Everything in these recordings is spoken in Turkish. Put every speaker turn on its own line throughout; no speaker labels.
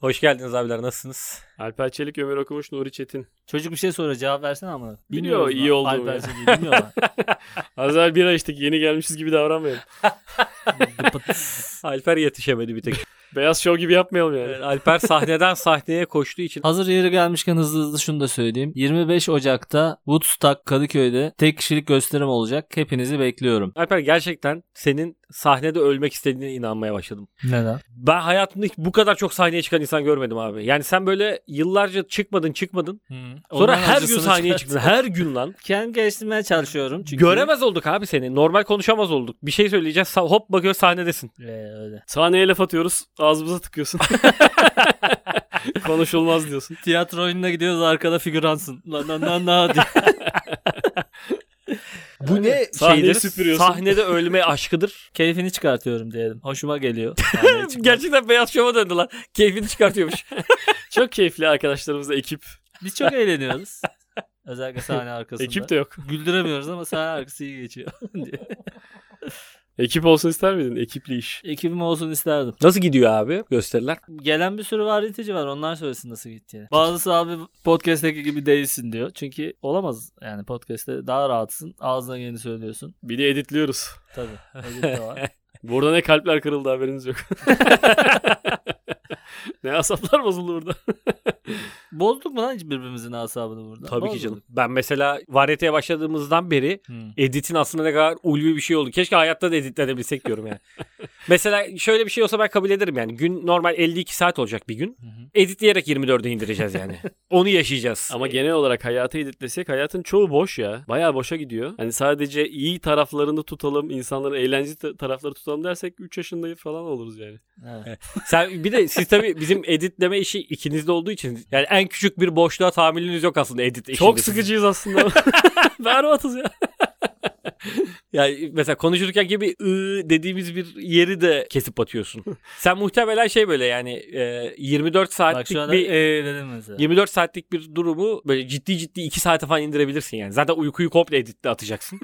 Hoş geldiniz abiler nasılsınız?
Alper Çelik, Ömer Okumuş, Nuri Çetin.
Çocuk bir şey soruyor cevap versene ama.
Biliyor, iyi
lan.
oldu bu
Alper
ya.
Çelik'i bilmiyor lan.
Az evvel bira içtik yeni gelmişiz gibi davranmayalım.
Alper yetişemedi bir tek.
Beyaz şov gibi yapmayalım yani.
Yani Alper sahneden sahneye koştuğu için
Hazır yeri gelmişken hızlı hızlı şunu da söyleyeyim. 25 Ocak'ta Woodstock Kadıköy'de tek kişilik gösterim olacak. Hepinizi bekliyorum.
Alper gerçekten senin sahnede ölmek istediğine inanmaya başladım.
Neden?
Ben hayatımda hiç bu kadar çok sahneye çıkan insan görmedim abi. Yani sen böyle yıllarca çıkmadın çıkmadın. Sonra her gün sahneye çıktın. Her gün lan.
Kendim geliştirmeye çalışıyorum çünkü.
Göremez olduk abi seni. Normal konuşamaz olduk. Bir şey söyleyeceğiz. sa- Hop bakıyor sahnedesin.
Ee, öyle.
Sahneye laf atıyoruz, ağzımıza tıkıyorsun. Konuşulmaz diyorsun.
Tiyatro oyununa gidiyoruz arkada figüransın. Lan lan lan lan diye.
Bu ne
Sahneyi
şeydir?
süpürüyorsun.
Sahnede ölme aşkıdır.
Keyfini çıkartıyorum diyelim. Hoşuma geliyor.
Gerçekten beyaz şova döndü lan. Keyfini çıkartıyormuş.
Çok keyifli arkadaşlarımızla ekip.
Biz çok eğleniyoruz. Özellikle sahne arkasında.
Ekip de yok.
Güldüremiyoruz ama sahne arkası iyi geçiyor.
Ekip olsun ister miydin? Ekipli iş.
Ekibim olsun isterdim.
Nasıl gidiyor abi gösteriler?
Gelen bir sürü varyeteci var. Onlar söylesin nasıl gittiğini. Bazısı abi podcast'teki gibi değilsin diyor. Çünkü olamaz yani podcast'te daha rahatsın. Ağzına geleni söylüyorsun.
Bir de editliyoruz.
Tabii. Edit de var.
Burada ne kalpler kırıldı haberiniz yok. ne asaplar bozuldu burada.
Bozduk mu lan hiç birbirimizin asabını burada?
Tabii ki
Bozduk.
canım. Ben mesela varyeteye başladığımızdan beri
Hmm.
editin aslında ne kadar ulvi bir şey oldu. Keşke hayatta da editlenebilsek diyorum yani. Mesela şöyle bir şey olsa ben kabul ederim yani. Gün normal 52 saat olacak bir gün.
Hı hı.
Editleyerek 24'e indireceğiz yani. Onu yaşayacağız.
Ama genel olarak hayatı editlesek hayatın çoğu boş ya. Bayağı boşa gidiyor. Hani sadece iyi taraflarını tutalım, insanların eğlenceli ta- tarafları tutalım dersek 3 yaşındayız falan oluruz yani.
Evet.
Sen bir de siz tabii bizim editleme işi ikinizde olduğu için yani en küçük bir boşluğa tahammülünüz yok aslında edit işinde.
Çok sıkıcıyız aslında. Berbatız ya.
Yani mesela konuşurken gibi ı dediğimiz bir yeri de kesip atıyorsun. Sen muhtemelen şey böyle yani e, 24
Bak
saatlik
şu anda
bir
ee dedim mesela.
24 saatlik bir durumu böyle ciddi ciddi 2 saate falan indirebilirsin yani. Zaten uykuyu komple editle atacaksın.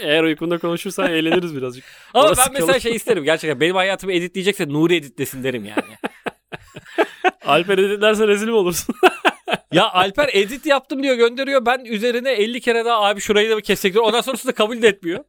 Eğer uykunda konuşursan eğleniriz birazcık.
Ama
Orası
ben mesela
kalır.
şey isterim gerçekten. Benim hayatımı editleyecekse Nuri editlesin derim yani.
Alper editlerse rezil mi olursun?
ya Alper edit yaptım diyor gönderiyor. Ben üzerine 50 kere daha abi şurayı da mı kessek diyor. Ondan sonrası da kabul de etmiyor.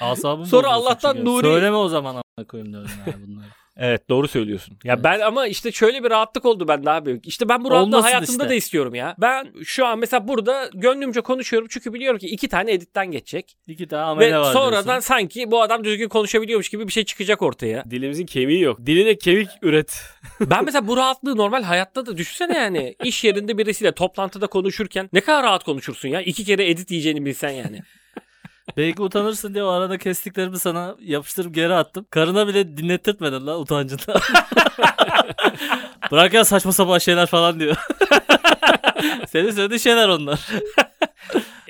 Asabım
Sonra
bozulsun
Allah'tan
çünkü.
Nuri-
Söyleme o zaman amına koyayım diyorum yani bunları.
Evet doğru söylüyorsun. Ya
Evet.
ben ama işte şöyle bir rahatlık oldu bende abi. İşte ben bu rahatlığı
Olmasın
hayatımda
işte.
da istiyorum ya. Ben şu an mesela burada gönlümce konuşuyorum çünkü biliyorum ki iki tane editten geçecek.
İki tane amele
Ve
var
sonradan
diyorsun.
sanki bu adam düzgün konuşabiliyormuş gibi bir şey çıkacak ortaya.
Dilimizin kemiği yok. Diline kemik üret.
ben mesela bu rahatlığı normal hayatta da düşünsene yani. iş yerinde birisiyle toplantıda konuşurken ne kadar rahat konuşursun ya. İki kere edit yiyeceğini bilsen yani.
Belki utanırsın diye o arada kestiklerimi sana yapıştırıp geri attım. Karına bile dinlettirtmedin lan utancından. Bırak ya saçma sapan şeyler falan diyor. Senin söylediğin şeyler onlar.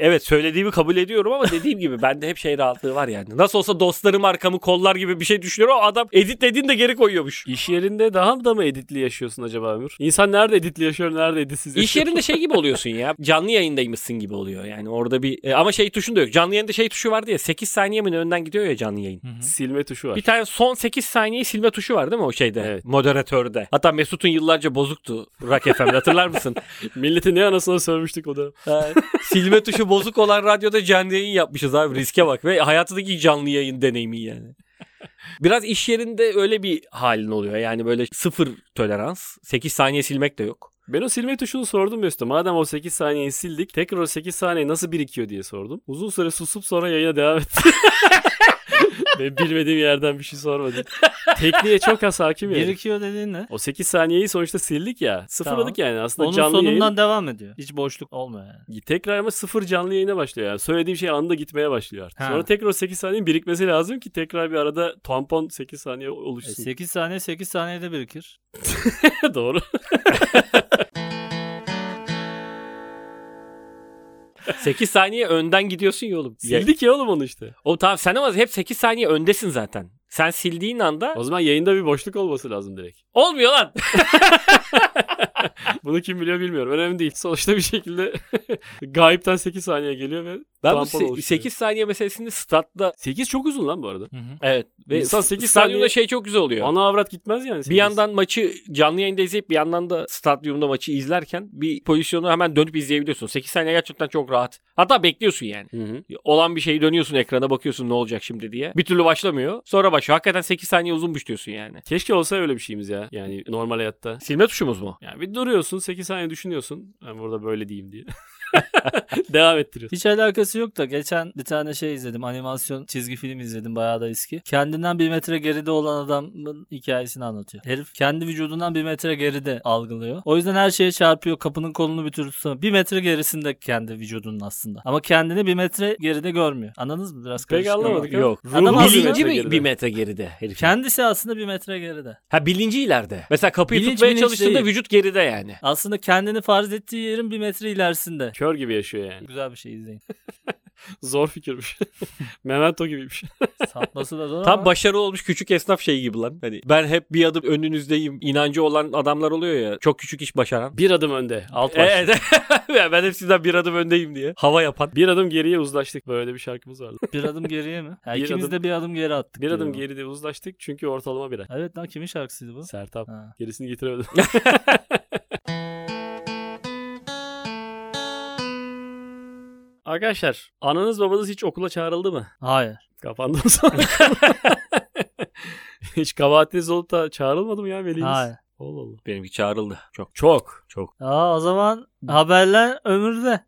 Evet söylediğimi kabul ediyorum ama dediğim gibi bende hep şey rahatlığı var yani. Nasıl olsa dostlarım arkamı kollar gibi bir şey düşünüyorum ama adam editlediğini de geri koyuyormuş.
İş yerinde daha da mı editli yaşıyorsun acaba Ömür? İnsan nerede editli yaşıyor, nerede editsiz yaşıyor?
İş yerinde şey gibi oluyorsun ya. Canlı yayındaymışsın gibi oluyor. Yani orada bir e, ama şey tuşun da yok. Canlı yayında şey tuşu vardı ya. 8 saniye mi ne önden gidiyor ya canlı yayın.
Silme tuşu var.
Bir tane son 8 saniye silme tuşu var değil mi o şeyde?
Evet.
Moderatörde. Hatta Mesut'un yıllarca bozuktu Rock FM'de hatırlar mısın?
Milleti ne anasına sövmüştük o dönem.
Ha, silme tuşu bozuk olan radyoda canlı yayın yapmışız abi riske bak. Ve hayatındaki canlı yayın deneyimi yani. Biraz iş yerinde öyle bir halin oluyor. Yani böyle sıfır tolerans. 8 saniye silmek de yok.
Ben o silme tuşunu sordum Mesut'a. Madem o 8 saniyeyi sildik tekrar o 8 saniye nasıl birikiyor diye sordum. Uzun süre susup sonra yayına devam etti. ben bilmediğim yerden bir şey sormadım. Tekniğe çok az hakim yani.
Birikiyor dediğin ne?
O 8 saniyeyi sonuçta sildik ya. Sıfırladık yani aslında
Onun
canlı
sonundan
yayın.
devam ediyor. Hiç boşluk olmuyor yani.
Tekrar ama sıfır canlı yayına başlıyor yani. Söylediğim şey anında gitmeye başlıyor artık.
Ha.
Sonra tekrar o 8 saniyenin birikmesi lazım ki tekrar bir arada tampon 8 saniye
E,
oluşsun.
8 saniye 8 saniyede birikir.
Doğru.
Sekiz saniye önden gidiyorsun ya oğlum. Ya-
Sildik ya oğlum onu işte.
O tamam sen ama hep 8 saniye öndesin zaten. Sen sildiğin anda
O zaman yayında bir boşluk olması lazım direkt.
olmuyor lan.
Bunu kim biliyor bilmiyorum. Önemli değil. Sonuçta bir şekilde gayipten 8 saniye geliyor ve
Ben bu
tampon
se-
oluşturuyor.
8 saniye meselesini statta
8 çok uzun lan bu arada.
evet ve
İnsan
İnsan
sekiz
stadyumda
saniye-
şey çok güzel oluyor.
Ana avrat gitmez yani.
bir
sekiz.
yandan maçı canlı yayında izleyip bir yandan da stadyumda maçı izlerken bir pozisyonu hemen dönüp izleyebiliyorsun. 8 saniye gerçekten çok rahat. Hatta bekliyorsun yani.
Hı hı.
Olan bir şeyi dönüyorsun ekrana bakıyorsun ne olacak şimdi diye. Bir türlü başlamıyor. Sonra başlıyor. Hakikaten 8 saniye uzunmuş diyorsun yani.
Keşke olsa öyle bir şeyimiz ya. Yani normal hayatta.
Silme tuşumuz mu?
Yani bir duruyorsun 8 saniye düşünüyorsun. Ben burada böyle diyeyim diye. Devam ettiriyorsun.
Hiç alakası yok da geçen bir tane şey izledim. Animasyon çizgi film izledim bayağı da eski. Kendinden bir metre geride olan adamın hikayesini anlatıyor. Herif kendi vücudundan bir metre geride algılıyor. O yüzden her şeye çarpıyor. Kapının kolunu bir türlü tutamıyor. Bir metre gerisinde kendi vücudunun aslında. Ama kendini bir metre geride görmüyor. Anladınız mı? Biraz
Pek
karışık ama.
anlamadık ama.
Yok.
Adam
Ruhu
aslında-
Bilinci
metre
mi
geride.
bir metre geride herif?
Kendisi aslında bir metre geride.
Ha bilinci ileride. Mesela kapıyı
Bilinç,
tutmaya
bilinç
çalıştığında
değil.
vücut geride yani.
Aslında kendini farz ettiği yerin bir metre ilerisinde.
Kör gibi yaşıyor yani.
Güzel bir şey izleyin.
Zor fikirmiş. Memento gibiymiş.
Satması da zor
Tam
ama.
başarılı olmuş küçük esnaf şeyi gibi lan. Hani ben hep bir adım önünüzdeyim inancı olan adamlar oluyor ya. Çok küçük iş başaran.
Bir adım önde. Alt baş.
Evet. ben hep sizden bir adım öndeyim diye. Hava yapan.
Bir adım geriye uzlaştık. Böyle bir şarkımız vardı.
bir adım geriye mi? Ha,
Bir
ikimiz
adım-
de bir adım geri attık.
Bir adım
diyorum.
geride uzlaştık çünkü ortalama bir ay.
Evet lan kimin şarkısıydı bu?
Sertap.
Ha.
Gerisini getiremedim. Arkadaşlar ananız babanız hiç okula çağrıldı mı?
Hayır.
Kapandı o zaman. hiç kabahatiniz olup da çağrılmadı mı ya veliniz?
Hayır.
Allah Allah.
Benimki çağrıldı. Çok.
Çok. Çok.
Aa, o zaman haberler ömürde.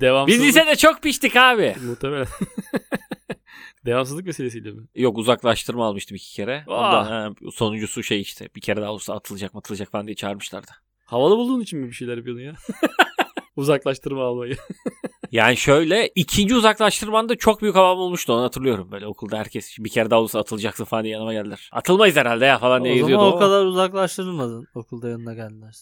Devamsızlık.
Biz lisede çok piştik abi.
Muhtemelen. Devamsızlık meselesiyle mi?
Yok uzaklaştırma almıştım iki kere.
Aa.
Ondan, ha, sonuncusu şey işte bir kere daha olsa atılacak mı atılacak falan diye çağırmışlardı.
Havalı bulduğun için mi bir şeyler yapıyordun ya? Uzaklaştırma almayı.
Yani şöyle ikinci uzaklaştırmanda çok büyük havam olmuştu onu hatırlıyorum. Böyle okulda herkes bir kere daha olsa atılacaksın falan diye yanıma geldiler. Atılmayız herhalde ya falan diye
o
yazıyordu.
zaman o
ama-
kadar uzaklaştırılmadın. Okulda yanına geldiler.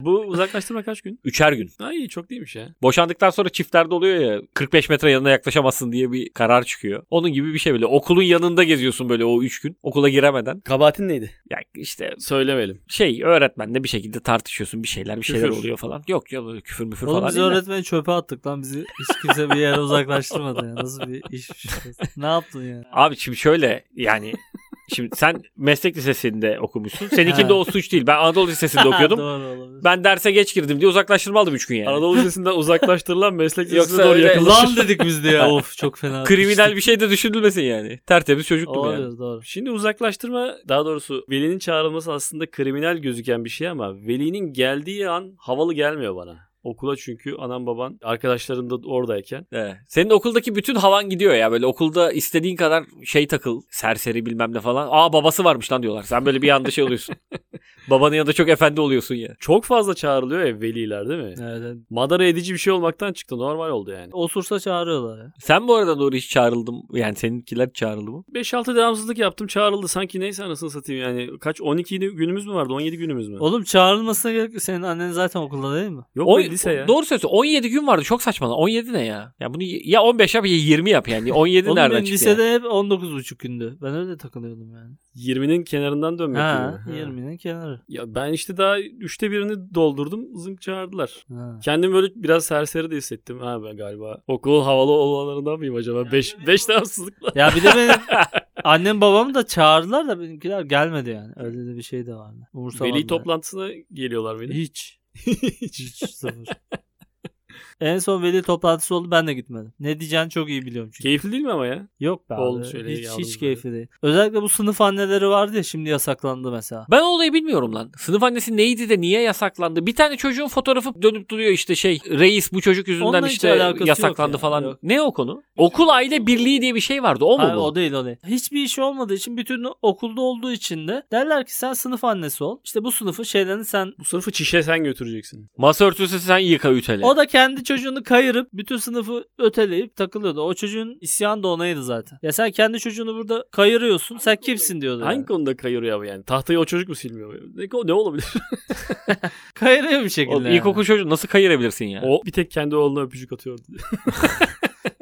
Bu uzaklaştırma kaç gün?
Üçer gün.
Ay çok değilmiş ya.
Boşandıktan sonra çiftlerde oluyor ya 45 metre yanına yaklaşamazsın diye bir karar çıkıyor. Onun gibi bir şey böyle. Okulun yanında geziyorsun böyle o 3 gün okula giremeden.
Kabahatin neydi?
Ya işte
Söylemeyelim.
şey öğretmenle bir şekilde tartışıyorsun bir şeyler bir şeyler
Küfür.
oluyor falan. Yok ya böyle küfür müfür
Oğlum
falan.
biz
değil de.
öğretmeni çöpe attık lan. Bizi hiç kimse bir yere uzaklaştırmadı ya. Nasıl bir iş? ne yaptın ya?
Abi şimdi şöyle yani şimdi sen meslek lisesinde okumuşsun. Seninkinde
Ha.
o suç değil. Ben Anadolu Lisesi'nde okuyordum.
Doğru olabilir.
ben derse geç girdim diye uzaklaştırma aldım 3 gün yani.
Anadolu Lisesi'nden uzaklaştırılan meslek
Yoksa
lisesine doğru
öyle-
yakınlaşır.
Lan dedik biz de ya. of çok fena.
Kriminal bir şey de düşünülmesin yani. Tertemiz çocuktum
Olabilir
yani. şey
doğru.
Şimdi uzaklaştırma daha doğrusu velinin çağrılması aslında kriminal gözüken bir şey ama velinin geldiği an havalı gelmiyor bana. Okula çünkü anam baban arkadaşların da oradayken.
Evet. Senin okuldaki bütün havan gidiyor ya böyle okulda istediğin kadar şey takıl serseri bilmem ne falan. Aa babası varmış lan diyorlar. Sen böyle bir anda şey oluyorsun. Babanın yanında çok efendi oluyorsun ya.
Çok fazla çağrılıyor ya veliler değil mi?
Evet, evet.
Madara edici bir şey olmaktan çıktı normal oldu yani.
Osursa çağırıyorlar ya.
Sen bu arada doğru hiç çağrıldım. Yani seninkiler çağrıldı mı?
5-6 devamsızlık yaptım çağrıldı sanki neyse anasını satayım yani. Kaç 12 günümüz mü vardı 17 günümüz mü?
Oğlum çağrılmasına gerek yok. Senin annen zaten okulda değil mi?
Yok
On-
be, lise ya.
Doğru söylüyorsun. 17 gün vardı. Çok saçma lan. 17 ne ya? Ya bunu y- ya 15 yap ya 20 yap yani. 17
Oğlum
nereden
benim
çıktı?
lisede
yani?
hep 19,5 gündü. Ben öyle takılıyordum yani.
20'nin kenarından dönmek
Ha,
gibi. Ha.
20'nin kenarı.
Ya ben işte daha üçte birini doldurdum zınk çağırdılar.
Ha.
Kendimi böyle biraz serseri de hissettim. Ha ben galiba okul havalı olanlarından mıyım acaba? 5 5 devamsızlıkla.
Ya bir de benim annem babamı da çağırdılar da benimkiler gelmedi yani. Öyle de bir şey de vardı. Umursamadılar.
Veli toplantısına geliyorlar beni.
Hiç. Hiç sıfır. en son veli toplantısı oldu ben de gitmedim. Ne diyeceğini çok iyi biliyorum çünkü.
Keyifli değil mi ama ya?
Yok be abi.
Oldu şöyle
hiç,
yalnız
hiç
böyle.
keyifli değil. Özellikle bu sınıf anneleri vardı ya şimdi yasaklandı mesela.
Ben o olayı bilmiyorum lan. Sınıf annesi neydi de niye yasaklandı? Bir tane çocuğun fotoğrafı dönüp duruyor işte şey reis bu çocuk yüzünden
Onunla hiç
işte
alakası yok
yasaklandı
ya,
falan.
yok.
Ne o konu? Okul aile birliği diye bir şey vardı. O mu
Hayır,
bu?
o değil o değil. Hiçbir işi olmadığı için bütün okulda olduğu için de derler ki sen sınıf annesi ol. İşte bu sınıfı şeylerini sen
Bu sınıfı çişe sen götüreceksin.
Masa örtüsü sen yıka ütele.
O da kendi çocuğunu kayırıp bütün sınıfı öteleyip takılıyordu. O çocuğun isyan da onaydı zaten. Ya sen kendi çocuğunu burada kayırıyorsun. Sen kimsin diyordu. yani.
Hangi konuda kayırıyor abi yani? Tahtayı o çocuk mu silmiyor? Ne, ne olabilir?
Kayırıyor bir şekilde.
Oğlum,
yani.
İlkokul çocuğu nasıl kayırabilirsin ya?
O bir tek kendi oğluna öpücük atıyordu.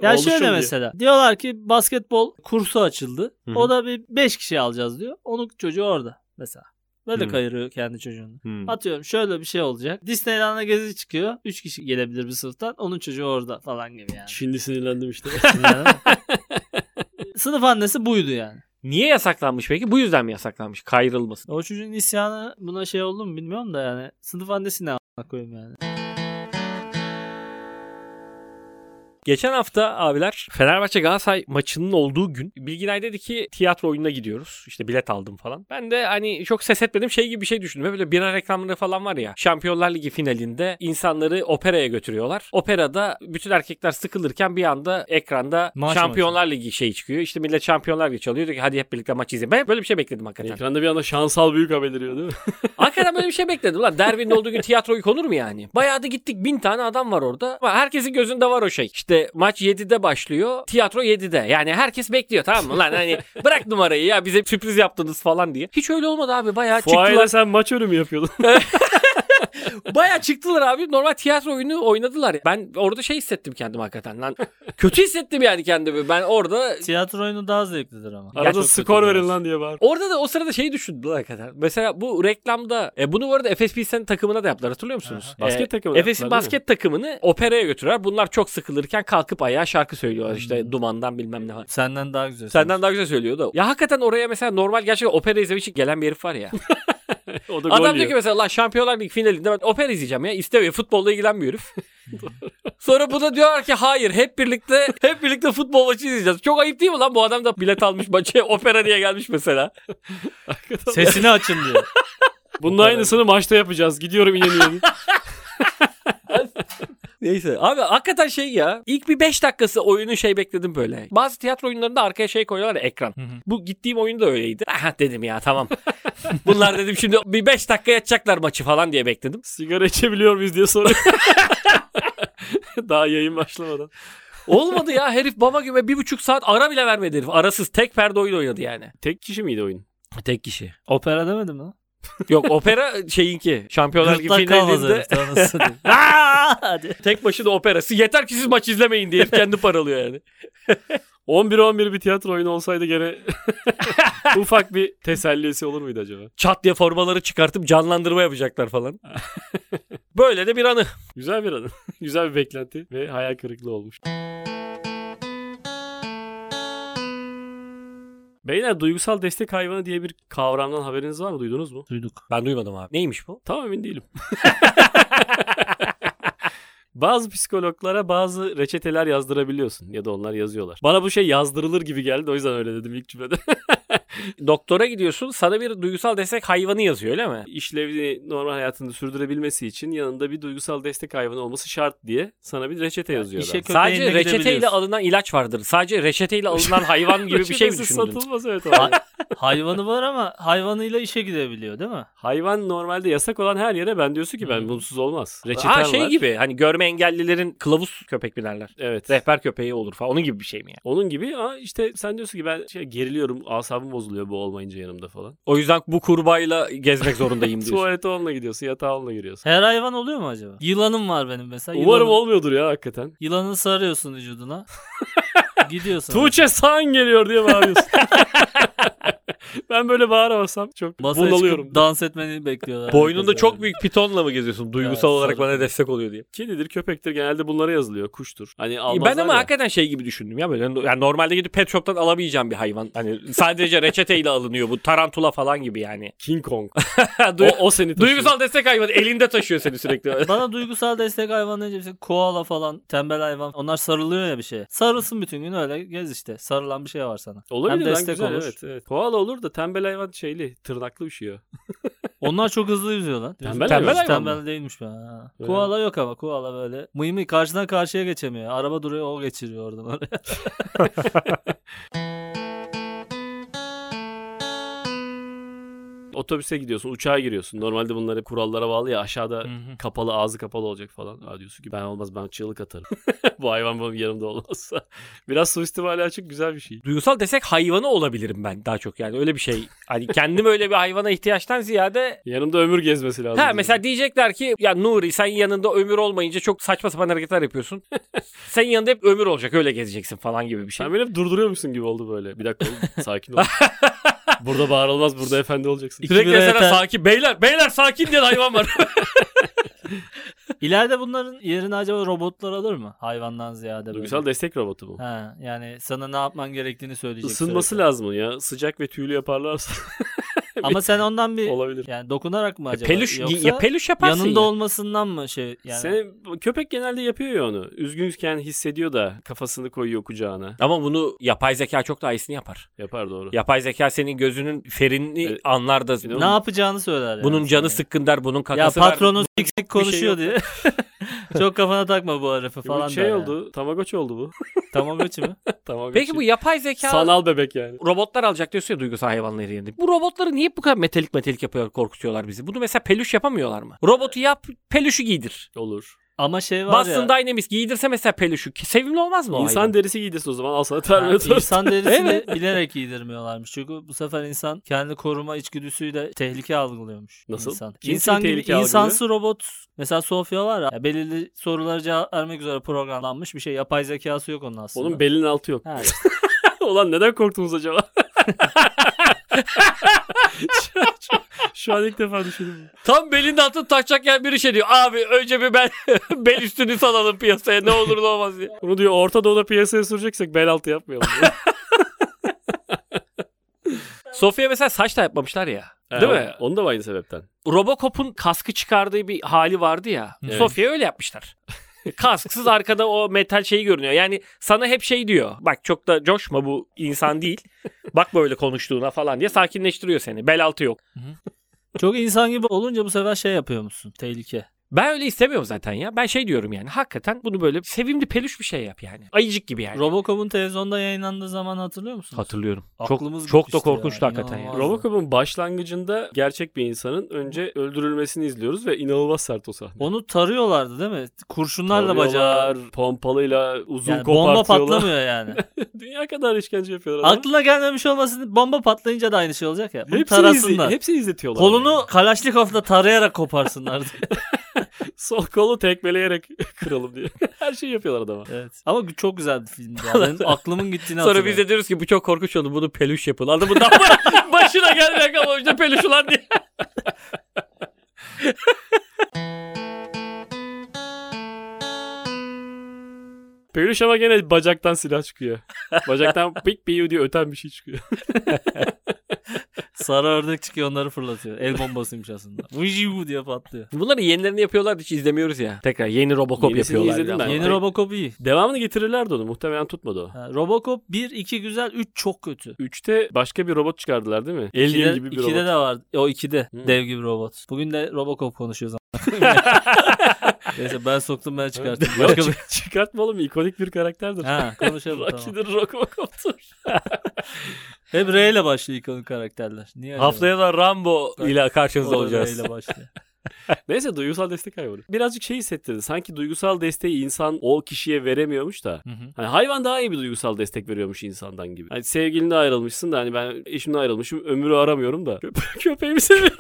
Ya
Oluşum
şöyle
diye.
mesela. Diyorlar ki basketbol kursu açıldı.
Hı hı.
O da bir 5 kişi alacağız diyor. Onun çocuğu orada mesela. Böyle
Hı.
kayırıyor kendi çocuğunu.
Hmm.
Atıyorum şöyle bir şey olacak. Disneyland'a gezi çıkıyor. 3 kişi gelebilir bir sınıftan. Onun çocuğu orada falan gibi yani.
Şimdi sinirlendim işte.
Yani- Sınıf annesi buydu yani.
Niye yasaklanmış peki? Bu yüzden mi yasaklanmış? Kayrılması.
O çocuğun isyanı buna şey oldu mu bilmiyorum da yani. Sınıf annesi ne a**ına koyayım yani.
Geçen hafta abiler Fenerbahçe Galatasaray maçının olduğu gün Bilginay dedi ki tiyatro oyununa gidiyoruz. İşte bilet aldım falan. Ben de hani çok ses etmedim şey gibi bir şey düşündüm. Böyle bira reklamları falan var ya. Şampiyonlar Ligi finalinde insanları operaya götürüyorlar. Operada bütün erkekler sıkılırken bir anda ekranda
Maç
Şampiyonlar Ligi şey çıkıyor. İşte millet Şampiyonlar Ligi çalıyor. Diyor ki hadi hep birlikte maç izleyelim. Ben hep böyle bir şey bekledim hakikaten.
Ekranda bir anda şansal büyük haberiyor değil mi?
Hakikaten böyle bir şey bekledim lan. Derbinin olduğu gün tiyatroyu konur mu yani? Bayağı da gittik bin tane adam var orada. Ama herkesin gözünde var o şey. İşte maç 7'de başlıyor. Tiyatro 7'de. Yani herkes bekliyor tamam mı lan? Hani bırak numarayı ya bize sürpriz yaptınız falan diye. Hiç öyle olmadı abi. Bayağı
Fuayla
çıktılar.
sen maç önü mü yapıyordun?
Bayağı çıktılar abi. Normal tiyatro oyunu oynadılar. Ben orada şey hissettim kendim hakikaten lan. Kötü hissettim yani kendimi. Ben orada
Tiyatro oyunu daha zevklidir ama.
Arada
çok
skor
kötü
verin
biraz.
lan diye bağır.
Orada da o sırada şeyi düşündüler hakikaten. Mesela bu reklamda e, bunu bu arada Efes Pilsen takımına da yaptılar hatırlıyor musunuz?
Aha. Basket
E,
takımına
Efes'in
yaptılar, değil mi?
basket takımını operaya götürüyorlar. Bunlar çok sıkılırken kalkıp ayağa şarkı söylüyorlar işte
Hmm.
dumandan bilmem ne. falan.
Senden daha güzel.
Senden daha güzel söylüyordu. Ya hakikaten oraya mesela normal gerçekten opera izlemek için gelen bir herif var ya.
O da gol
Adam diyor
yiyor.
ki mesela lan Şampiyonlar Ligi finalinde ben opera izleyeceğim ya. İstemiyor. Futbolla ilgilenmiyor herif. Sonra bu da diyorlar ki hayır hep birlikte hep birlikte futbol maçı izleyeceğiz. Çok ayıp değil mi lan bu adam da bilet almış maçı opera diye gelmiş mesela.
Hakikaten.
Sesini açın diyor.
Bunun aynısını maçta yapacağız. Gidiyorum inanıyorum.
Neyse abi hakikaten şey ya ilk bir 5 dakikası oyunun şey bekledim böyle. Bazı tiyatro oyunlarında arkaya şey koyuyorlar ya ekran.
Hı hı.
Bu gittiğim oyun da öyleydi. Aha dedim ya tamam. Bunlar dedim şimdi bir 5 dakika yatacaklar maçı falan diye bekledim.
Sigara içebiliyor muyuz diye soruyor. Daha yayın başlamadan.
Olmadı ya herif baba gibi bir buçuk saat ara bile vermedi herif. Arasız tek perde oyun oynadı yani.
Tek kişi miydi oyun?
Tek kişi.
Opera demedim mi?
Yok opera şeyinki. Şampiyonlar Ligi
Gırtlak kalmaz
finalinde.
herif. daha nasıl diyeyim. Aa, Hadi.
Tek başına operası. Yeter ki siz maç izlemeyin diye herif kendi paralıyor yani.
11-11 bir tiyatro oyunu olsaydı gene ufak bir tesellisi olur muydu acaba?
Çat diye formaları çıkartıp canlandırma yapacaklar falan. Böyle de bir anı.
Güzel bir anı. Güzel bir beklenti ve hayal kırıklığı olmuş. Beyler duygusal destek hayvanı diye bir kavramdan haberiniz var mı? Duydunuz mu?
Duyduk.
Ben duymadım abi. Neymiş bu?
Tam emin değilim. bazı psikologlara bazı reçeteler yazdırabiliyorsun ya da onlar yazıyorlar. Bana bu şey yazdırılır gibi geldi o yüzden öyle dedim ilk cümlede.
Doktora gidiyorsun sana bir duygusal destek hayvanı yazıyor öyle mi?
işlevini normal hayatında sürdürebilmesi için yanında bir duygusal destek hayvanı olması şart diye sana bir reçete yazıyor.
işe
adam.
Köpeğinle
Sadece reçeteyle
gidebiliyorsun.
alınan ilaç vardır. Sadece reçeteyle alınan hayvan gibi bir şey mi
Reçetesiz
düşündün?
satılmaz evet
Ha-
abi.
Hayvanı var ama hayvanıyla işe gidebiliyor değil mi?
Hayvan normalde yasak olan her yere ben diyorsun ki ben bunsuz olmaz. Reçeten
Hmm. Ha şey
var.
gibi hani görme engellilerin kılavuz köpek binerler.
Evet.
Rehber köpeği olur falan. Onun gibi bir şey mi yani?
Onun gibi ama işte sen diyorsun ki ben şey geriliyorum asabım bozuluyor bu olmayınca yanımda falan.
O yüzden bu kurbayla gezmek zorundayım diyorsun.
Tuvalete onunla gidiyorsun yatağa onunla giriyorsun.
Her hayvan oluyor mu acaba? Yılanım var benim mesela.
Umarım
Yılanı-
olmuyordur ya hakikaten.
Yılanı sarıyorsun vücuduna. Gidiyorsun.
Tuğçe sağın geliyor diye bağırıyorsun. ben böyle bağıramasam çok
Masaya çıkıp
bunalıyorum.
dans etmeni bekliyorlar.
Boynunda
Herkes
çok
yani.
büyük pitonla mı geziyorsun? Duygusal
Evet,
olarak
sarı.
bana destek oluyor diye.
Kedidir köpektir genelde bunlara yazılıyor kuştur. Hani almazlar
Ben ama
ya.
hakikaten şey gibi düşündüm ya böyle yani normalde gidip pet shop'tan alamayacağım bir hayvan. Hani sadece reçeteyle alınıyor bu tarantula falan gibi yani.
King Kong. o,
Du-
o seni taşıyor.
duygusal destek hayvanı elinde taşıyor seni sürekli.
Bana duygusal destek hayvan deyince mesela koala falan tembel hayvan onlar sarılıyor ya bir şeye. Sarılsın bütün gün öyle gez işte. Sarılan bir şey var sana.
Olabilir
Hem
lan,
destek
güzel,
olur.
Evet, evet. Koala olur da tembel hayvan şeyli tırnaklı üşüyor.
Onlar çok hızlı yüzüyor lan.
Tembel
hayvan
Hiç
mı?
tembel değilmiş be. ha.
Öyle
Koala yok ama koala böyle. Mıy mıy karşıdan karşıya geçemiyor. Araba duruyor o geçiriyor oradan oraya.
Otobüse gidiyorsun, uçağa giriyorsun. Normalde bunlar hep kurallara bağlı ya aşağıda
Hı hı.
kapalı ağzı kapalı olacak falan. Aa diyorsun ki ben olmaz ben çığlık atarım. Bu hayvan benim yanımda olmazsa. Biraz suistimali açık güzel bir şey.
Duygusal desek hayvanı olabilirim ben daha çok yani öyle bir şey. Hani kendim öyle bir hayvana ihtiyaçtan ziyade
Yanımda ömür gezmesi lazım.
Ha mesela diyecekler ki ya Nuri sen yanında ömür olmayınca çok saçma sapan hareketler yapıyorsun. Senin yanında hep ömür olacak öyle gezeceksin falan gibi bir şey.
Sen beni hep durduruyormuşsun gibi oldu böyle. Bir dakika oğlum, sakin ol. burada bağırılmaz burada efendi olacaksın.
İki
Sürekli
bira
mesela
yeter.
sakin beyler beyler sakin diye hayvan var.
İleride bunların yerini acaba robotlar alır mı? Hayvandan ziyade böyle.
Duygusal destek robotu bu.
Ha, şey yani sana ne yapman gerektiğini söyleyecek.
Isınması
sürekli.
lazım ya. Sıcak ve tüylü yaparlarsa
Ama sen ondan bir
olabilir.
yani dokunarak mı acaba?
peluş
Yoksa
ya peluş yaparsın.
yanında
ya.
olmasından mı şey yani?
Senin köpek genelde yapıyor ya onu. Üzgünken hissediyor da kafasını koyuyor kucağına.
Ama bunu yapay zeka çok daha iyisini yapar.
Yapar doğru.
Yapay zeka senin gözünün ferini
Evet.
anlar da
Bir de
Ne yapacağını söyler yani.
bunun canı
sana.
sıkkın der, bunun
Ya
kakası der.
patronun sik sik
şey yok.
konuşuyor diye. Çok kafana takma bu herifi
Falan
falan
şey
der yani.
oldu. Tamagotchi oldu bu.
Tamagotchi mi?
Tamagotchi.
Peki bu yapay zeka
sanal bebek yani.
robotlar alacak diyorsun ya duygusal hayvanları yerine. Bu robotları niye bu kadar metalik metalik yapıyor korkutuyorlar bizi? Bunu mesela peluş yapamıyorlar mı? Robotu yap peluşu giydir.
Olur.
Ama şey var ya.
Boston Dynamics giydirse mesela peluşu ki- sevimli olmaz mı o
İnsan
hayvan?
derisi giydirsin o zaman. Al sana
Ha,
Terminator.
insan derisini bilerek giydirmiyorlarmış. Çünkü bu sefer insan kendi koruma içgüdüsüyle tehlike algılıyormuş.
Nasıl?
İnsan.
Cinsi
İnsan gibi,
tehlike algılıyor.
insansı robot. Mesela Sofya var ya, ya belirli sorulara cevap vermek üzere programlanmış bir şey. Yapay zekası yok onun aslında.
Onun belinin altı yok.
Ha,
Ulan neden korktunuz acaba? şu, şu- şu an ilk defa düşündüm.
Tam belinde atıp taşacakken biri şey diyor. Abi önce bir ben bel üstünü salalım piyasaya ne olur ne olmaz diye.
Bunu diyor Orta Doğu'da piyasaya süreceksek bel altı yapmayalım. diyor.
Sofya mesela saç da yapmamışlar ya.
Ha,
Değil mi?
Onu da aynı sebepten.
Robocop'un kaskı çıkardığı bir hali vardı ya.
Evet.
Sofya öyle yapmışlar. Kasksız arkada o metal şeyi görünüyor. Yani sana hep şey diyor. Bak çok da coşma bu insan değil. Bak böyle konuştuğuna falan diye sakinleştiriyor seni. Bel altı yok.
Çok insan gibi olunca bu sefer şey yapıyor musun? Tehlike.
Ben öyle istemiyorum zaten ya. Ben şey diyorum yani. Hakikaten bunu böyle sevimli peluş bir şey yap yani. Ayıcık gibi yani.
Robocop'un televizyonda yayınlandığı zaman hatırlıyor musunuz?
Hatırlıyorum.
Aklımız
çok çok da
gitmişti ya,
korkunçtu hakikaten ya.
inanılmazdı.
Robocop'un başlangıcında gerçek bir insanın önce öldürülmesini izliyoruz ve inanılmaz sert o sahne.
Onu tarıyorlardı değil mi? Kurşunlarla bacağı.
Tarıyorlar, Pompalıyla uzun
Yani bomba
kopartıyorlar.
patlamıyor yani.
Dünya kadar işkence yapıyorlar. ama
Aklına gelmemiş olmasın bomba patlayınca da aynı şey olacak ya. Bunu
Hepsini, izle-
tarasınlar.
hepsini izletiyorlar.
Kolunu Kalaşnikov'la tarayarak koparsınlar.
Sol kolu tekmeleyerek kıralım diye. Her şeyi yapıyorlar adama.
evet. Ama gü- çok güzel bir filmdi. ya. Benim aklımın gittiğini
Sonra biz
hatırlıyorum.
de diyoruz ki bu çok korkunç oldu. Bunu peluş yapın. Adamın daha başına gelmeye kalmamış da peluş ulan diye.
Peluş ama gene bacaktan silah çıkıyor. Bacaktan pik piyu diye öten bir şey çıkıyor.
Sarı ördek çıkıyor onları fırlatıyor. El bombasıymış aslında. Vujivu diye patlıyor.
Bunları yenilerini yapıyorlar da hiç izlemiyoruz ya. Tekrar yeni Robocop
Yenisini
yapıyorlar.
izledim
bir
ben.
daha.
Yeni
pek-
Robocop iyi.
Devamını getirirlerdi onu. Muhtemelen tutmadı o.
Ha, Robocop 1, 2 güzel, 3 çok kötü.
Üçte başka bir robot çıkardılar değil mi? Alien
2'de,
gibi bir
2'de
robot.
de vardı. O 2'de.
Hmm.
Dev gibi robot. Bugün de Robocop konuşuyoruz. ama. Neyse ben soktum ben çıkarttım.
Yok,
Başka bir...
çık- çıkartma oğlum ikonik bir karakterdir.
Ha konuşalım tamam.
Rocky'dir, Robocop'tur.
Hep R ile başlıyor ikonik karakterler. Niye acaba?
Haftaya da Rambo
Evet.
ile karşınızda
O da R
olacağız.
ile başlıyor.
Neyse duygusal destek hayvanı. Birazcık şey hissettirdi. Sanki duygusal desteği insan o kişiye veremiyormuş da.
Hı hı.
Hani hayvan daha iyi bir duygusal destek veriyormuş insandan gibi. Hani sevgilinle ayrılmışsın da hani ben eşimle ayrılmışım ömrü aramıyorum da. Köpe- köpeğimi seviyorum.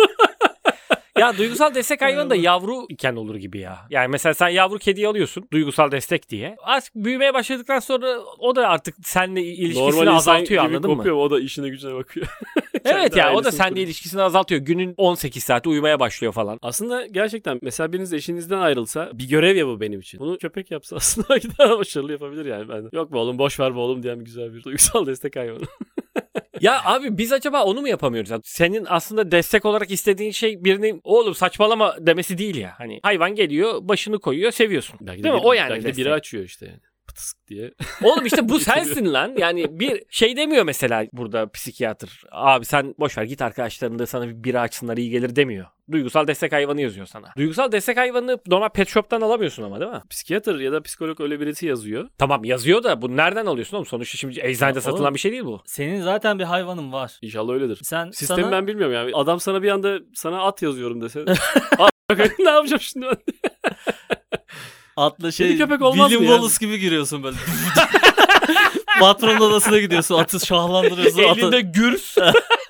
ya duygusal destek hayvanı da yavru iken olur gibi ya. Yani mesela sen yavru kediyi alıyorsun duygusal destek diye. Artık büyümeye başladıktan sonra o da artık seninle ilişkisini azaltıyor anladın mı?
kopuyor, O da işine gücüne bakıyor.
Evet
Kendi
ya o da
ailesini
seninle
kuruyor.
ilişkisini azaltıyor. Günün 18 saati uyumaya başlıyor falan.
Aslında gerçekten mesela biriniz eşinizden ayrılsa bir görev ya bu benim için. Bunu köpek yapsa aslında daha başarılı yapabilir yani. Ben yok mu oğlum boş ver be oğlum diyen bir güzel bir duygusal destek hayvanı.
ya abi biz acaba onu mu yapamıyoruz? Yani Senin aslında destek olarak istediğin şey birinin oğlum saçmalama demesi değil ya. Hani hayvan geliyor başını koyuyor seviyorsun.
Belki de
değil mi?
biri-
O yani
Belki de
destek.
biri açıyor işte yani. tısk diye.
Oğlum işte bu sensin lan. Yani bir şey demiyor mesela burada psikiyatr. Abi sen boş ver git arkadaşların da sana bir bira açsınlar iyi gelir demiyor. Duygusal destek hayvanı yazıyor sana. Duygusal destek hayvanını normal pet shop'tan alamıyorsun ama değil mi?
Psikiyatr ya da psikolog öyle birisi yazıyor.
Tamam yazıyor da bu nereden alıyorsun oğlum? Sonuçta şimdi eczanede
Ya
satılan
oğlum.
bir şey değil bu.
Senin zaten bir hayvanın var.
İnşallah öyledir.
Sen
Sistemi
sana
ben bilmiyorum yani. Adam sana bir anda sana at yazıyorum dese. "At, bak, ne yapacağım şimdi ben?
atla şey
Kedi köpek olmaz
William
mı ya?
Wallace gibi giriyorsun böyle. Patronun odasına gidiyorsun. Atı şahlandırıyorsun.
Elinde
Atı...
gürs.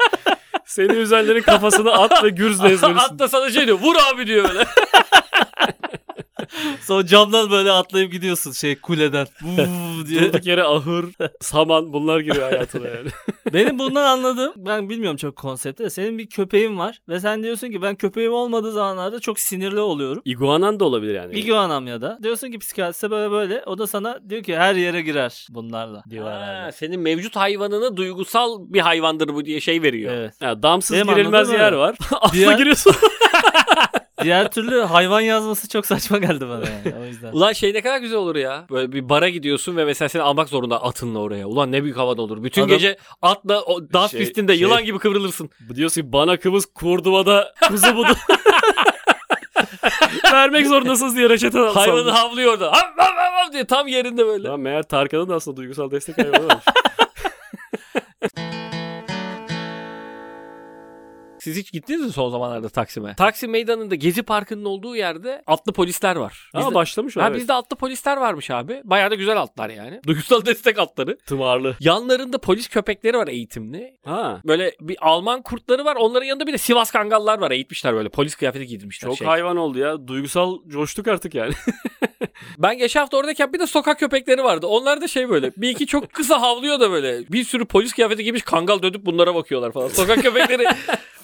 Seni üzenlerin kafasına at ve gürzle ezmelisin.
Hatta sana şey diyor vur abi diyor böyle.
Sonra camdan böyle atlayıp gidiyorsun şey kuleden. Vuv diye.
Durduk yere ahır, saman bunlar giriyor hayatına yani.
Benim bundan anladığım ben bilmiyorum çok konsepti de senin bir köpeğin var ve sen diyorsun ki ben köpeğim olmadığı zamanlarda çok sinirli oluyorum.
İguanan da olabilir yani.
İguanam ya da diyorsun ki psikiyatriste böyle böyle o da sana diyor ki her yere girer bunlarla diyor
Ha,
herhalde.
senin mevcut hayvanını duygusal bir hayvandır bu diye şey veriyor.
Evet.
Ya, damsız
Benim
girilmez
anladığım
yer
öyle.
var. Atla
Diğer-
giriyorsun.
Diğer türlü hayvan yazması çok saçma geldi bana yani o yüzden.
Ulan şey ne kadar güzel olur ya. Böyle bir bara gidiyorsun ve mesela seni almak zorunda atınla oraya. Ulan ne büyük havada olur. Bütün
Adam-
gece atla o dans
Şey-
pistinde
şey-
yılan gibi kıvrılırsın.
Diyorsun ki bana kımız Kurduva'da kuzu budu. Vermek zorundasınız diye reçete alsam.
Hayvanı havlıyor orada. Hav, hav, hav, hav diye tam yerinde böyle.
Lan meğer Tarkan'ın da aslında duygusal destek hayvanı varmış.
Siz hiç gittiniz mi son zamanlarda Taksim'e? Taksim meydanında Gezi Parkı'nın olduğu yerde atlı polisler var.
Ama
Bizde-
başlamış o.
Ha,
evet.
Bizde atlı polisler varmış abi. Bayağı da güzel atlar yani. Duygusal destek atları.
Tımarlı.
Yanlarında polis köpekleri var eğitimli.
Ha.
Böyle bir Alman kurtları var. Onların yanında bir de Sivas kangallar var. Eğitmişler böyle. Polis kıyafeti giydirmişler.
Çok
şey.
hayvan oldu ya. Duygusal coştuk artık yani.
Ben geçen hafta oradayken bir de sokak köpekleri vardı. Onlar da şey böyle bir iki çok kısa havlıyor da böyle bir sürü polis kıyafeti giymiş kangal dönüp bunlara bakıyorlar falan. Sokak köpekleri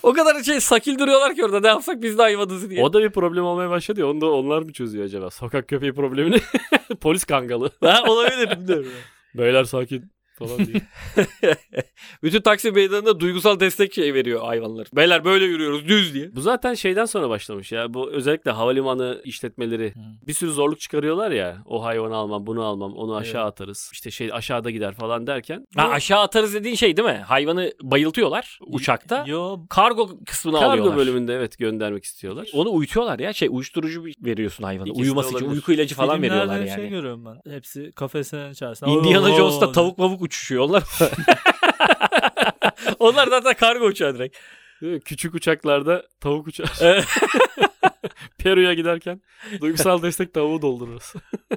o kadar şey sakil duruyorlar ki orada ne yapsak biz de hayvanız diye.
o da bir problem olmaya başladı ya. Onu da onlar mı çözüyor acaba? Sokak köpeği problemini. Polis kangalı.
Ha, olabilir bilmiyorum.
Beyler sakin falan diye.
Bütün taksi meydanında duygusal destek şey veriyor hayvanlar. Beyler böyle yürüyoruz düz diye.
Bu zaten şeyden sonra başlamış ya. Bu özellikle havalimanı işletmeleri
Hı.
bir sürü zorluk çıkarıyorlar ya. O hayvanı almam, bunu almam, onu aşağı atarız. İşte şey aşağıda gider falan derken.
Ha, aşağı atarız dediğin şey değil mi? Hayvanı bayıltıyorlar uçakta.
Yo
Kargo kısmına
Kargo
alıyorlar.
bölümünde evet göndermek istiyorlar.
Onu uyutuyorlar ya şey uyuşturucu bir- veriyorsun hayvana.
İkisi de
Uyuması için
olabilir.
uyku ilacı falan
Filmlerde
veriyorlar
hep
yani.
şey görüyorum ben. Hepsi kafesinin içerisinde.
Indiana
Oo,
Jones'ta
oo.
tavuk mavuk uçuşuyor onlar. onlar zaten kargo uçağı direkt.
Değil mi? Küçük uçaklarda tavuk uçar.
Evet.
Peru'ya giderken duygusal destek tavuğu doldururuz.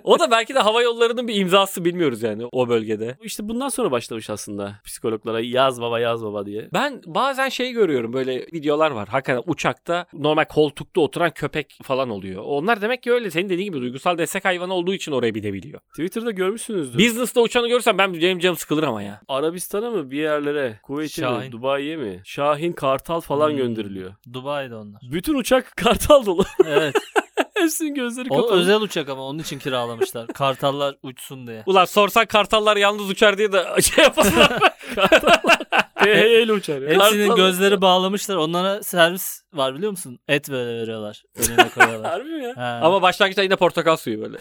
O da belki de hava yollarının bir imzası bilmiyoruz yani o bölgede.
İşte bundan sonra başlamış aslında psikologlara yaz baba yaz baba diye.
Ben bazen şey görüyorum böyle videolar var. Hakikaten uçakta normal koltukta oturan köpek falan oluyor. Onlar demek ki öyle senin dediğin gibi duygusal destek hayvanı olduğu için oraya gidebiliyor.
Twitter'da görmüşsünüzdür.
Business'ta uçanı görürsem ben benim canım sıkılır ama ya.
Arabistan'a mı bir yerlere, Kuveyt'e mi,
Şahin.
Dubai'ye mi? Şahin Kartal falan
Hmm.
gönderiliyor.
Dubai'de onlar.
Bütün uçak kartal dolu.
Evet.
Hepsinin gözleri
O
kapalı.
özel uçak ama onun için kiralamışlar. Kartallar uçsun diye.
Ulan sorsan kartallar yalnız uçar diye de şey yapasınlar.
PHY ile uçar ya.
Hepsinin
Kartal-
gözleri bağlamışlar. Onlara servis var biliyor musun? Et böyle veriyorlar. Önüne koyuyorlar.
Harbi mi ya?
Ha.
ama başlangıçta yine portakal suyu böyle.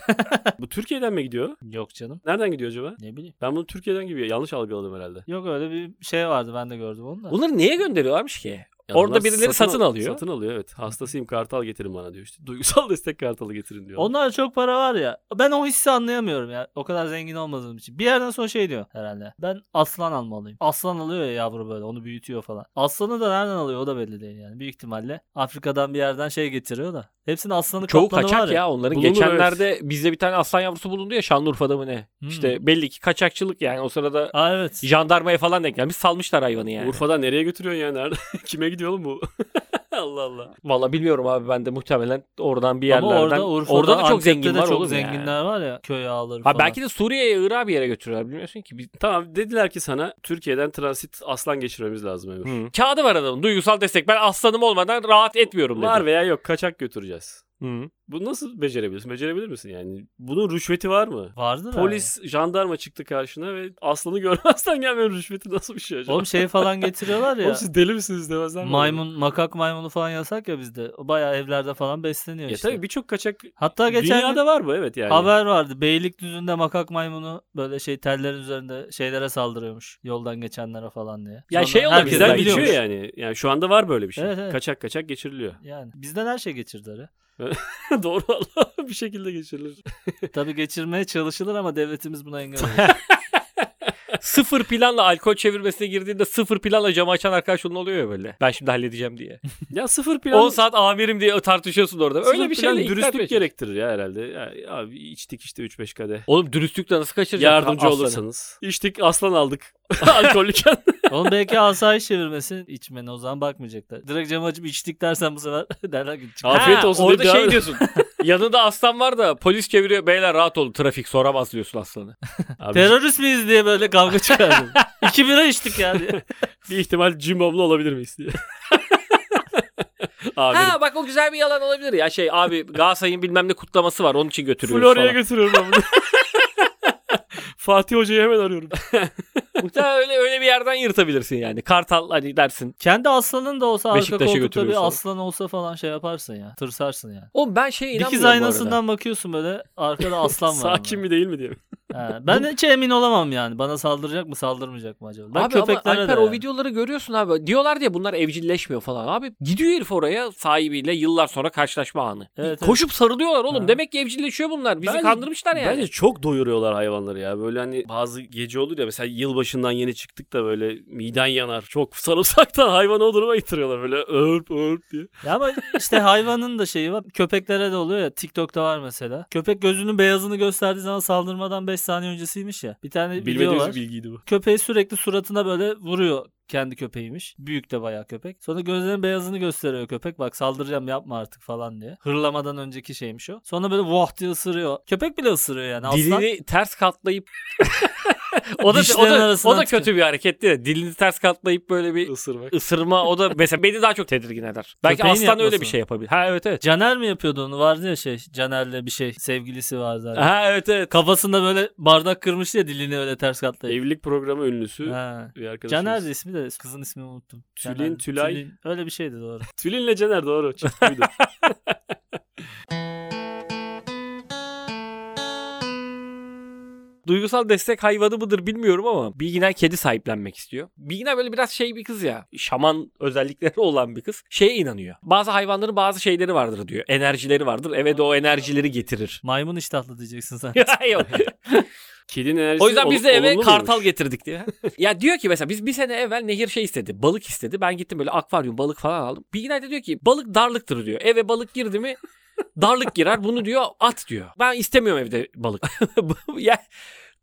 Bu Türkiye'den mi gidiyor?
yok canım.
Nereden gidiyor acaba?
Ne bileyim.
Ben bunu Türkiye'den gibi yanlış algıladım herhalde.
Yok öyle bir şey vardı ben de gördüm onu da.
Bunları niye gönderiyorlarmış ki?
Adamlar
Orada birileri satın
al-
alıyor.
Satın alıyor evet. Hastasıyım kartal getirin bana diyor işte. Duygusal destek kartalı getirin diyor.
Onlar çok para var ya. Ben o hissi anlayamıyorum ya. O kadar zengin olmadığım için. Bir yerden sonra şey diyor herhalde. Ben aslan almalıyım. Aslan alıyor ya yavru böyle onu büyütüyor falan. Aslanı da nereden alıyor o da belli değil yani. Büyük ihtimalle Afrika'dan bir yerden şey getiriyor da. Hepsinin aslanı
Çoğu
kaplanı var
kaçak
ya.
ya onların.
Bulunur,
Geçenlerde bizde bir tane aslan yavrusu bulundu ya Şanlıurfa'da mı ne?
Hmm.
İşte belli ki kaçakçılık yani o sırada
Aa evet.
jandarmaya falan denk gelmiş salmışlar hayvanı yani.
Urfa'dan nereye götürüyorsun ya? Nerede? Kime gidiyor oğlum bu? Allah Allah.
Valla bilmiyorum abi ben de muhtemelen oradan bir yerlerden.
Ama orada Urfa'da
orada da çok
Antep'te
zengin
de
var
çok
oğlum yani.
zenginler var ya köy ağları falan.
Ha, belki de Suriye'ye Irak'a bir yere götürüyorlar bilmiyorsun ki. Biz...
Tamam dediler ki sana Türkiye'den transit aslan geçirmemiz lazım Emir.
Hı. Kağıdı var adamın duygusal destek. Ben aslanım olmadan rahat etmiyorum dedi.
Var veya yok kaçak götüreceğiz.
Hı.
Bu nasıl becerebilirsin? Becerebilir misin yani? Bunun rüşveti var mı?
Vardır
Polis, jandarma çıktı karşına ve aslanı görmezden gelmenin rüşveti nasıl bir şey
abi.
acaba?
Oğlum şey falan getiriyorlar
Oğlum
ya.
siz deli misiniz demezler mi?
maymun, makak maymunu falan yasak ya bizde. O bayağı evlerde falan besleniyor
Ya
işte.
tabii birçok kaçak
Hatta geçen gün-
dünyada var bu evet yani.
Haber vardı. Beylikdüzü'nde makak maymunu böyle şey tellerin üzerinde şeylere saldırıyormuş. Yoldan geçenlere falan diye.
Ya
Sonra
şey olabilir,
herkes
Bizden
Ben
geçiyor
biliyormuş.
yani. Yani şu anda var böyle bir şey.
Evet, evet.
Kaçak kaçak geçiriliyor.
Yani bizden her şey geçirdiler ya.
Doğru Allah bir şekilde geçirilir.
Tabii geçirmeye çalışılır ama devletimiz buna engel oluyor.
sıfır planla alkol çevirmesine girdiğinde sıfır planla camı açan arkadaş onun oluyor ya böyle. Ben şimdi halledeceğim diye.
Ya sıfır plan
10 saat amirim diye tartışıyorsun orada.
sıfır
Öyle bir şey
plan
şeyle ikna etmeye
dürüstlük
çalış.
gerektirir ya herhalde. Ya, abi içtik işte 3-5 kadeh.
Oğlum dürüstlükle nasıl kaçıracaksın?
Yardımcı
aslanı?
olursanız. İçtik aslan aldık. Alkollüken.
Oğlum belki asayiş çevirmesin içmeni o zaman bakmayacaklar. Direkt camı açıp içtik dersen bu sefer derler ki çık.
Ha,
Afiyet olsun
Orada
deyip
şey
devam-
diyorsun. yanında aslan var da polis çeviriyor. Beyler rahat olun trafik soramaz diyorsun aslanı.
Abi,
Terörist miyiz diye böyle kavga çıkardım. İki bira içtik ya diye.
bir ihtimal cimbomlu olabilir miyiz diye. abi
Ha bak o güzel bir yalan olabilir ya. Şey abi Galatasaray'ın bilmem ne kutlaması var onun için götürüyoruz
Florya'ya
falan.
götürüyorum ben bunu. Fatih Hoca'yı hemen arıyorum.
Muhtemelen öyle, öyle bir yerden yırtabilirsin yani. Kartal hani dersin.
Kendi aslanın da olsa arka
Beşiktaş'a
koltukta
götürüyorsun.
bir aslan olsa falan şey yaparsın ya. Tırsarsın ya.
Oğlum ben şeye inanmıyorum
Dikiz
bu arada.
aynasından bakıyorsun böyle arkada aslan var. ama.
Sakin mi değil mi diye.
Ha, ben hiç emin olamam yani. Bana saldıracak mı saldırmayacak mı acaba? Ben
abi ama
köpeklere
Alper
de
o
yani.
videoları görüyorsun abi. Diyorlar diye bunlar evcilleşmiyor falan. Abi gidiyor herif oraya sahibiyle yıllar sonra karşılaşma anı.
Evet, evet.
Koşup sarılıyorlar oğlum.
Ha.
Demek ki evcilleşiyor bunlar. Bizi
Bence-
kandırmışlar yani.
Bence çok doyuruyorlar hayvanları ya. Böyle hani bazı gece olur ya mesela yılbaşından yeni çıktık da böyle miden yanar. Çok sarımsaktan hayvanı o duruma getiriyorlar böyle örp örp diye.
Ya ama işte hayvanın da şeyi var. Köpeklere de oluyor ya. TikTok'ta var mesela. Köpek gözünün beyazını gösterdiği zaman saldırmadan 5 saniye öncesiymiş ya. Bir tane video var.
Bilmediğimiz bilgiydi bu.
Köpeği sürekli suratına böyle vuruyor kendi köpeğiymiş. Büyük de bayağı köpek. Sonra gözlerinin beyazını gösteriyor köpek. Bak saldıracağım yapma artık falan diye. Hırlamadan önceki şeymiş o. Sonra böyle vah diye ısırıyor. Köpek bile ısırıyor yani. Aslan
Dilini ters katlayıp o da o
Dişlerin
da, o
arasından
da
çıkıyor.
kötü bir hareketti. de. Dilini ters katlayıp böyle bir
Isırmak.
ısırma o da mesela beni daha çok tedirgin eder. Belki
Köpeğin
aslan öyle
yapması
bir
mı?
şey yapabilir. Ha evet evet.
Caner mi yapıyordu onu? Vardı ya şey. Caner'le bir şey. Sevgilisi vardı. Hani.
Ha evet evet.
Kafasında böyle bardak kırmış ya dilini öyle ters katlayıp.
Evlilik programı ünlüsü
Ha.
bir arkadaşımız.
Caner'di ismi de kızın ismini unuttum.
Tülin,
Caner-
Tülay.
öyle bir şeydi doğru.
Tülin'le Caner doğru. Çift buydu.
Duygusal destek hayvanı mıdır bilmiyorum ama Bilginer kedi sahiplenmek istiyor. Bilginer böyle biraz şey bir kız ya. Şaman özellikleri olan bir kız. Şeye inanıyor. Bazı hayvanların bazı şeyleri vardır diyor. Enerjileri vardır. Eve de o enerjileri getirir.
Maymun iştahlı diyeceksin sen.
Yok.
Kedinin enerjisi
O yüzden biz de
ol-
eve
olumlu
kartal
muymuş?
getirdik diye. ya diyor ki mesela biz bir sene evvel nehir şey istedi. Balık istedi. Ben gittim böyle akvaryum balık falan aldım. Bilginay da diyor ki balık darlıktır diyor. Eve balık girdi mi darlık girer. Bunu diyor at diyor. Ben istemiyorum evde balık. Bu- ya,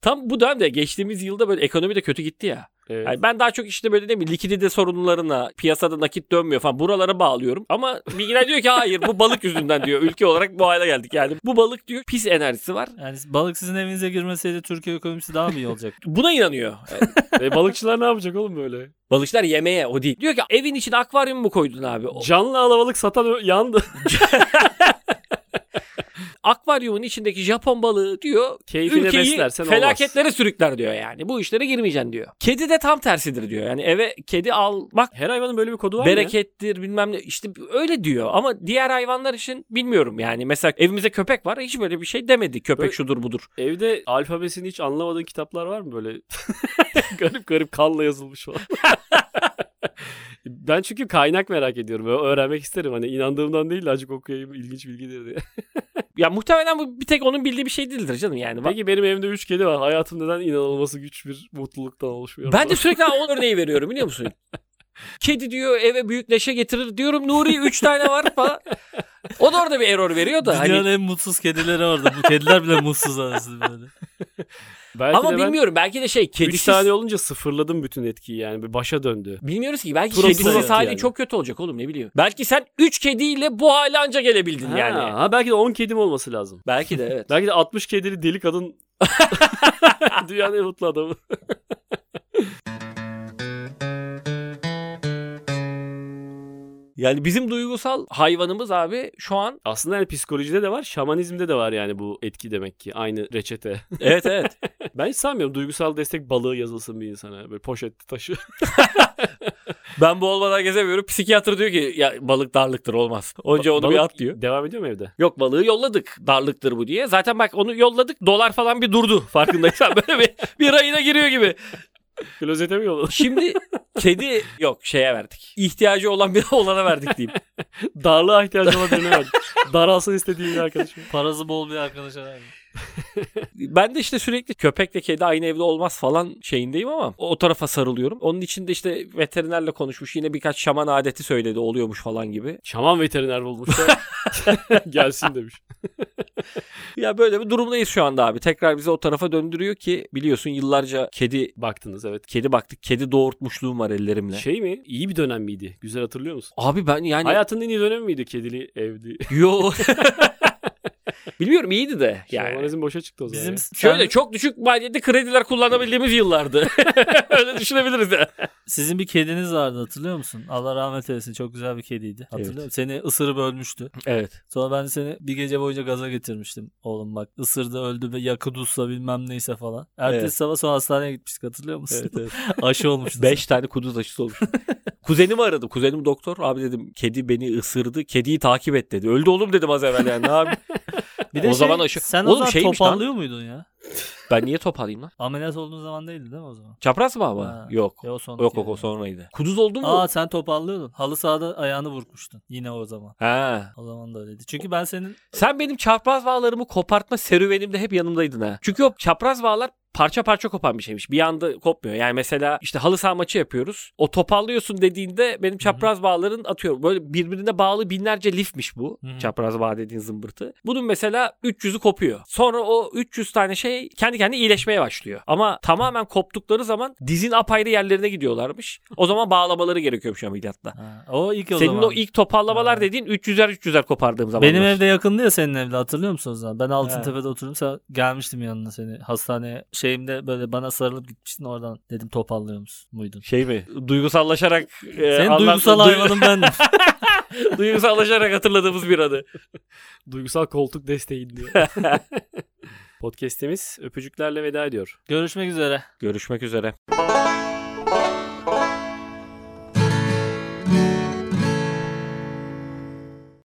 tam bu dönemde geçtiğimiz yılda böyle ekonomi de kötü gitti ya.
Evet.
Yani ben daha çok işte böyle ne bileyim likidite sorunlarına, piyasada nakit dönmüyor falan buralara bağlıyorum. Ama Bilginay diyor ki hayır bu balık yüzünden diyor. Ülke olarak bu hale geldik yani. Bu balık diyor pis enerjisi var.
Yani balık sizin evinize girmeseydi Türkiye ekonomisi daha mı iyi olacak?
Buna inanıyor.
E, balıkçılar ne yapacak oğlum böyle?
Balıkçılar yemeğe o değil. Diyor ki evin içine akvaryum mu koydun abi? O-
Canlı alabalık satan ö- yandı.
akvaryumun içindeki Japon balığı diyor
Keyfine
ülkeyi
beslersen
felaketlere
olmaz.
sürükler diyor yani. Bu işlere girmeyeceksin diyor. Kedi de tam tersidir diyor. Yani eve kedi almak
Her hayvanın böyle bir kodu var mı ya?
berekettir bilmem ne işte öyle diyor ama diğer hayvanlar için bilmiyorum yani mesela evimizde köpek var hiç böyle bir şey demedi köpek
Böyle-
şudur budur
Evde alfabesini hiç anlamadığın kitaplar var mı böyle? garip garip kanla yazılmış falan. ben çünkü kaynak merak ediyorum. Böyle öğrenmek isterim. Hani inandığımdan değil de azıcık okuyayım ilginç bilgidir diye.
ya muhtemelen bu bir tek onun bildiği bir şey değildir canım yani
Peki benim evimde 3 kedi var. Hayatım neden inanılması güç bir mutluluktan oluşmuyor?
Ben de sürekli o örneği veriyorum biliyor musun? Kedi diyor eve büyük leşe getirir diyorum. Nuri 3 tane var falan. O da orada bir error veriyor da.
Dünyanın
Hani,
en mutsuz kedileri orada. Bu kediler bile mutsuz anasını böyle.
Belki
ama
de
bilmiyorum belki de şey
Ben 3
kedisiz.
tane olunca sıfırladım bütün etkiyi yani. Bir başa döndü.
Bilmiyoruz ki belki
Tura
kedisiz
tura
halin
yani.
çok kötü olacak oğlum ne bileyim. Belki sen 3 kediyle bu hale anca gelebildin
Ha,
yani.
ha, belki de 10 kedim olması lazım.
Belki de evet.
Belki de 60 kedili deli kadın dünyanın en mutlu adamı.
Yani bizim duygusal hayvanımız abi şu an
Aslında yani psikolojide de var, şamanizmde de var yani bu etki demek ki. Aynı reçete.
evet evet.
Ben hiç sanmıyorum duygusal destek balığı yazılsın bir insana. Böyle poşet taşı.
Ben bu olmadan gezemiyorum. Psikiyatr diyor ki ya balık darlıktır olmaz. Önce onu
Balık
bir at diyor.
Devam ediyor mu evde?
Yok balığı yolladık darlıktır bu diye. Zaten bak onu yolladık dolar falan bir durdu farkındaysan böyle bir, bir ayına giriyor gibi.
Klozete mi yolu?
Şimdi kedi yok şeye verdik. İhtiyacı olan bir olana verdik diyeyim.
Darlığa ihtiyacı olan birine verdim. Daralsın istediğim bir arkadaşım.
Parası bol bir arkadaşa verdim.
Ben de işte sürekli köpekle kedi aynı evde olmaz falan şeyindeyim ama o tarafa sarılıyorum. Onun için de işte veterinerle konuşmuş yine birkaç şaman adeti söyledi oluyormuş falan gibi.
Şaman veteriner bulmuş. da Gelsin demiş.
Ya böyle bir durumdayız şu anda abi. Tekrar bizi o tarafa döndürüyor ki biliyorsun yıllarca kedi
Baktınız evet.
kedi baktık. Kedi doğurtmuşluğum var ellerimle.
Şey mi? İyi bir dönem miydi? Güzel hatırlıyor musun?
Abi ben yani
Hayatının en iyi dönemi miydi kedili evli?
yo Bilmiyorum iyiydi de yani.
Şamanizm boşa çıktı o zaman.
Bizim
ya.
Şöyle
sen-
çok düşük maliyetli krediler kullanabildiğimiz yıllardı. Öyle düşünebiliriz de.
sizin bir kediniz vardı hatırlıyor musun? Allah rahmet eylesin çok güzel bir kediydi. Hatırlıyor
Evet.
musun? Seni ısırıp ölmüştü.
Evet.
Sonra ben seni bir gece boyunca gaza getirmiştim. Oğlum bak ısırdı öldü ve yakudusla bilmem neyse falan. Ertesi
Evet.
sabah sonra hastaneye gitmiştik hatırlıyor musun?
evet, evet.
Aşı olmuştu.
Beş tane kuduz aşısı olmuş. Kuzenimi aradım. Kuzenim doktor. Abi dedim kedi beni ısırdı. Kediyi takip et dedi. Öldü oğlum dedim az evvel yani. Ne abi?
Bir de
O
şey,
zaman aşı-
Sen
Oğlum
o zaman
şeymiş lan.
topallıyor muydun ya?
Ben niye top alayım lan?
Ameliyat olduğun zaman değildi değil mi o zaman?
Çapraz mı ama?
Ha.
Yok.
Ya o
Yok
sonraki
yok
yani.
o sonraydı. Kuduz oldu mu?
Aa sen topallıyordun. Halı sahada ayağını burkmuştun. Yine o zaman.
Ha.
O zaman da öyleydi. Çünkü ben senin
Sen benim çapraz bağlarımı kopartma serüvenimde hep yanımdaydın ha. Çünkü o çapraz bağlar parça parça kopan bir şeymiş. Bir anda kopmuyor. Yani mesela işte halı saha maçı yapıyoruz. O topallıyorsun dediğinde benim çapraz bağların atıyorum. Böyle birbirine bağlı binlerce lifmiş bu.
Hı hı.
Çapraz bağ dediğin zımbırtı. Bunun mesela 300'ü kopuyor. Sonra o 300 tane şey kendi kendine iyileşmeye başlıyor. Ama tamamen koptukları zaman dizin apayrı yerlerine gidiyorlarmış. O zaman bağlamaları gerekiyormuş ameliyatta.
Ha, o ilk o
Senin
zaman.
o ilk topallamalar
Ha.
dediğin 300'er 300'er kopardığım zaman.
Benim evde yakındı ya senin evde hatırlıyor musun o zaman? Ben Altıntepe'de oturuyorum. Sen gelmiştim yanına seni hastaneye. Şeyimde böyle bana sarılıp gitmiştin oradan. Dedim topallıyor musun? Muydun?
şey mi? Duygusallaşarak e,
Senin
anlattığın-
duygusal
duy-
hayvanın bendim.
duygusallaşarak hatırladığımız bir adı.
Duygusal koltuk desteği diyor. Podcast'imiz öpücüklerle veda ediyor.
Görüşmek üzere.
Görüşmek üzere.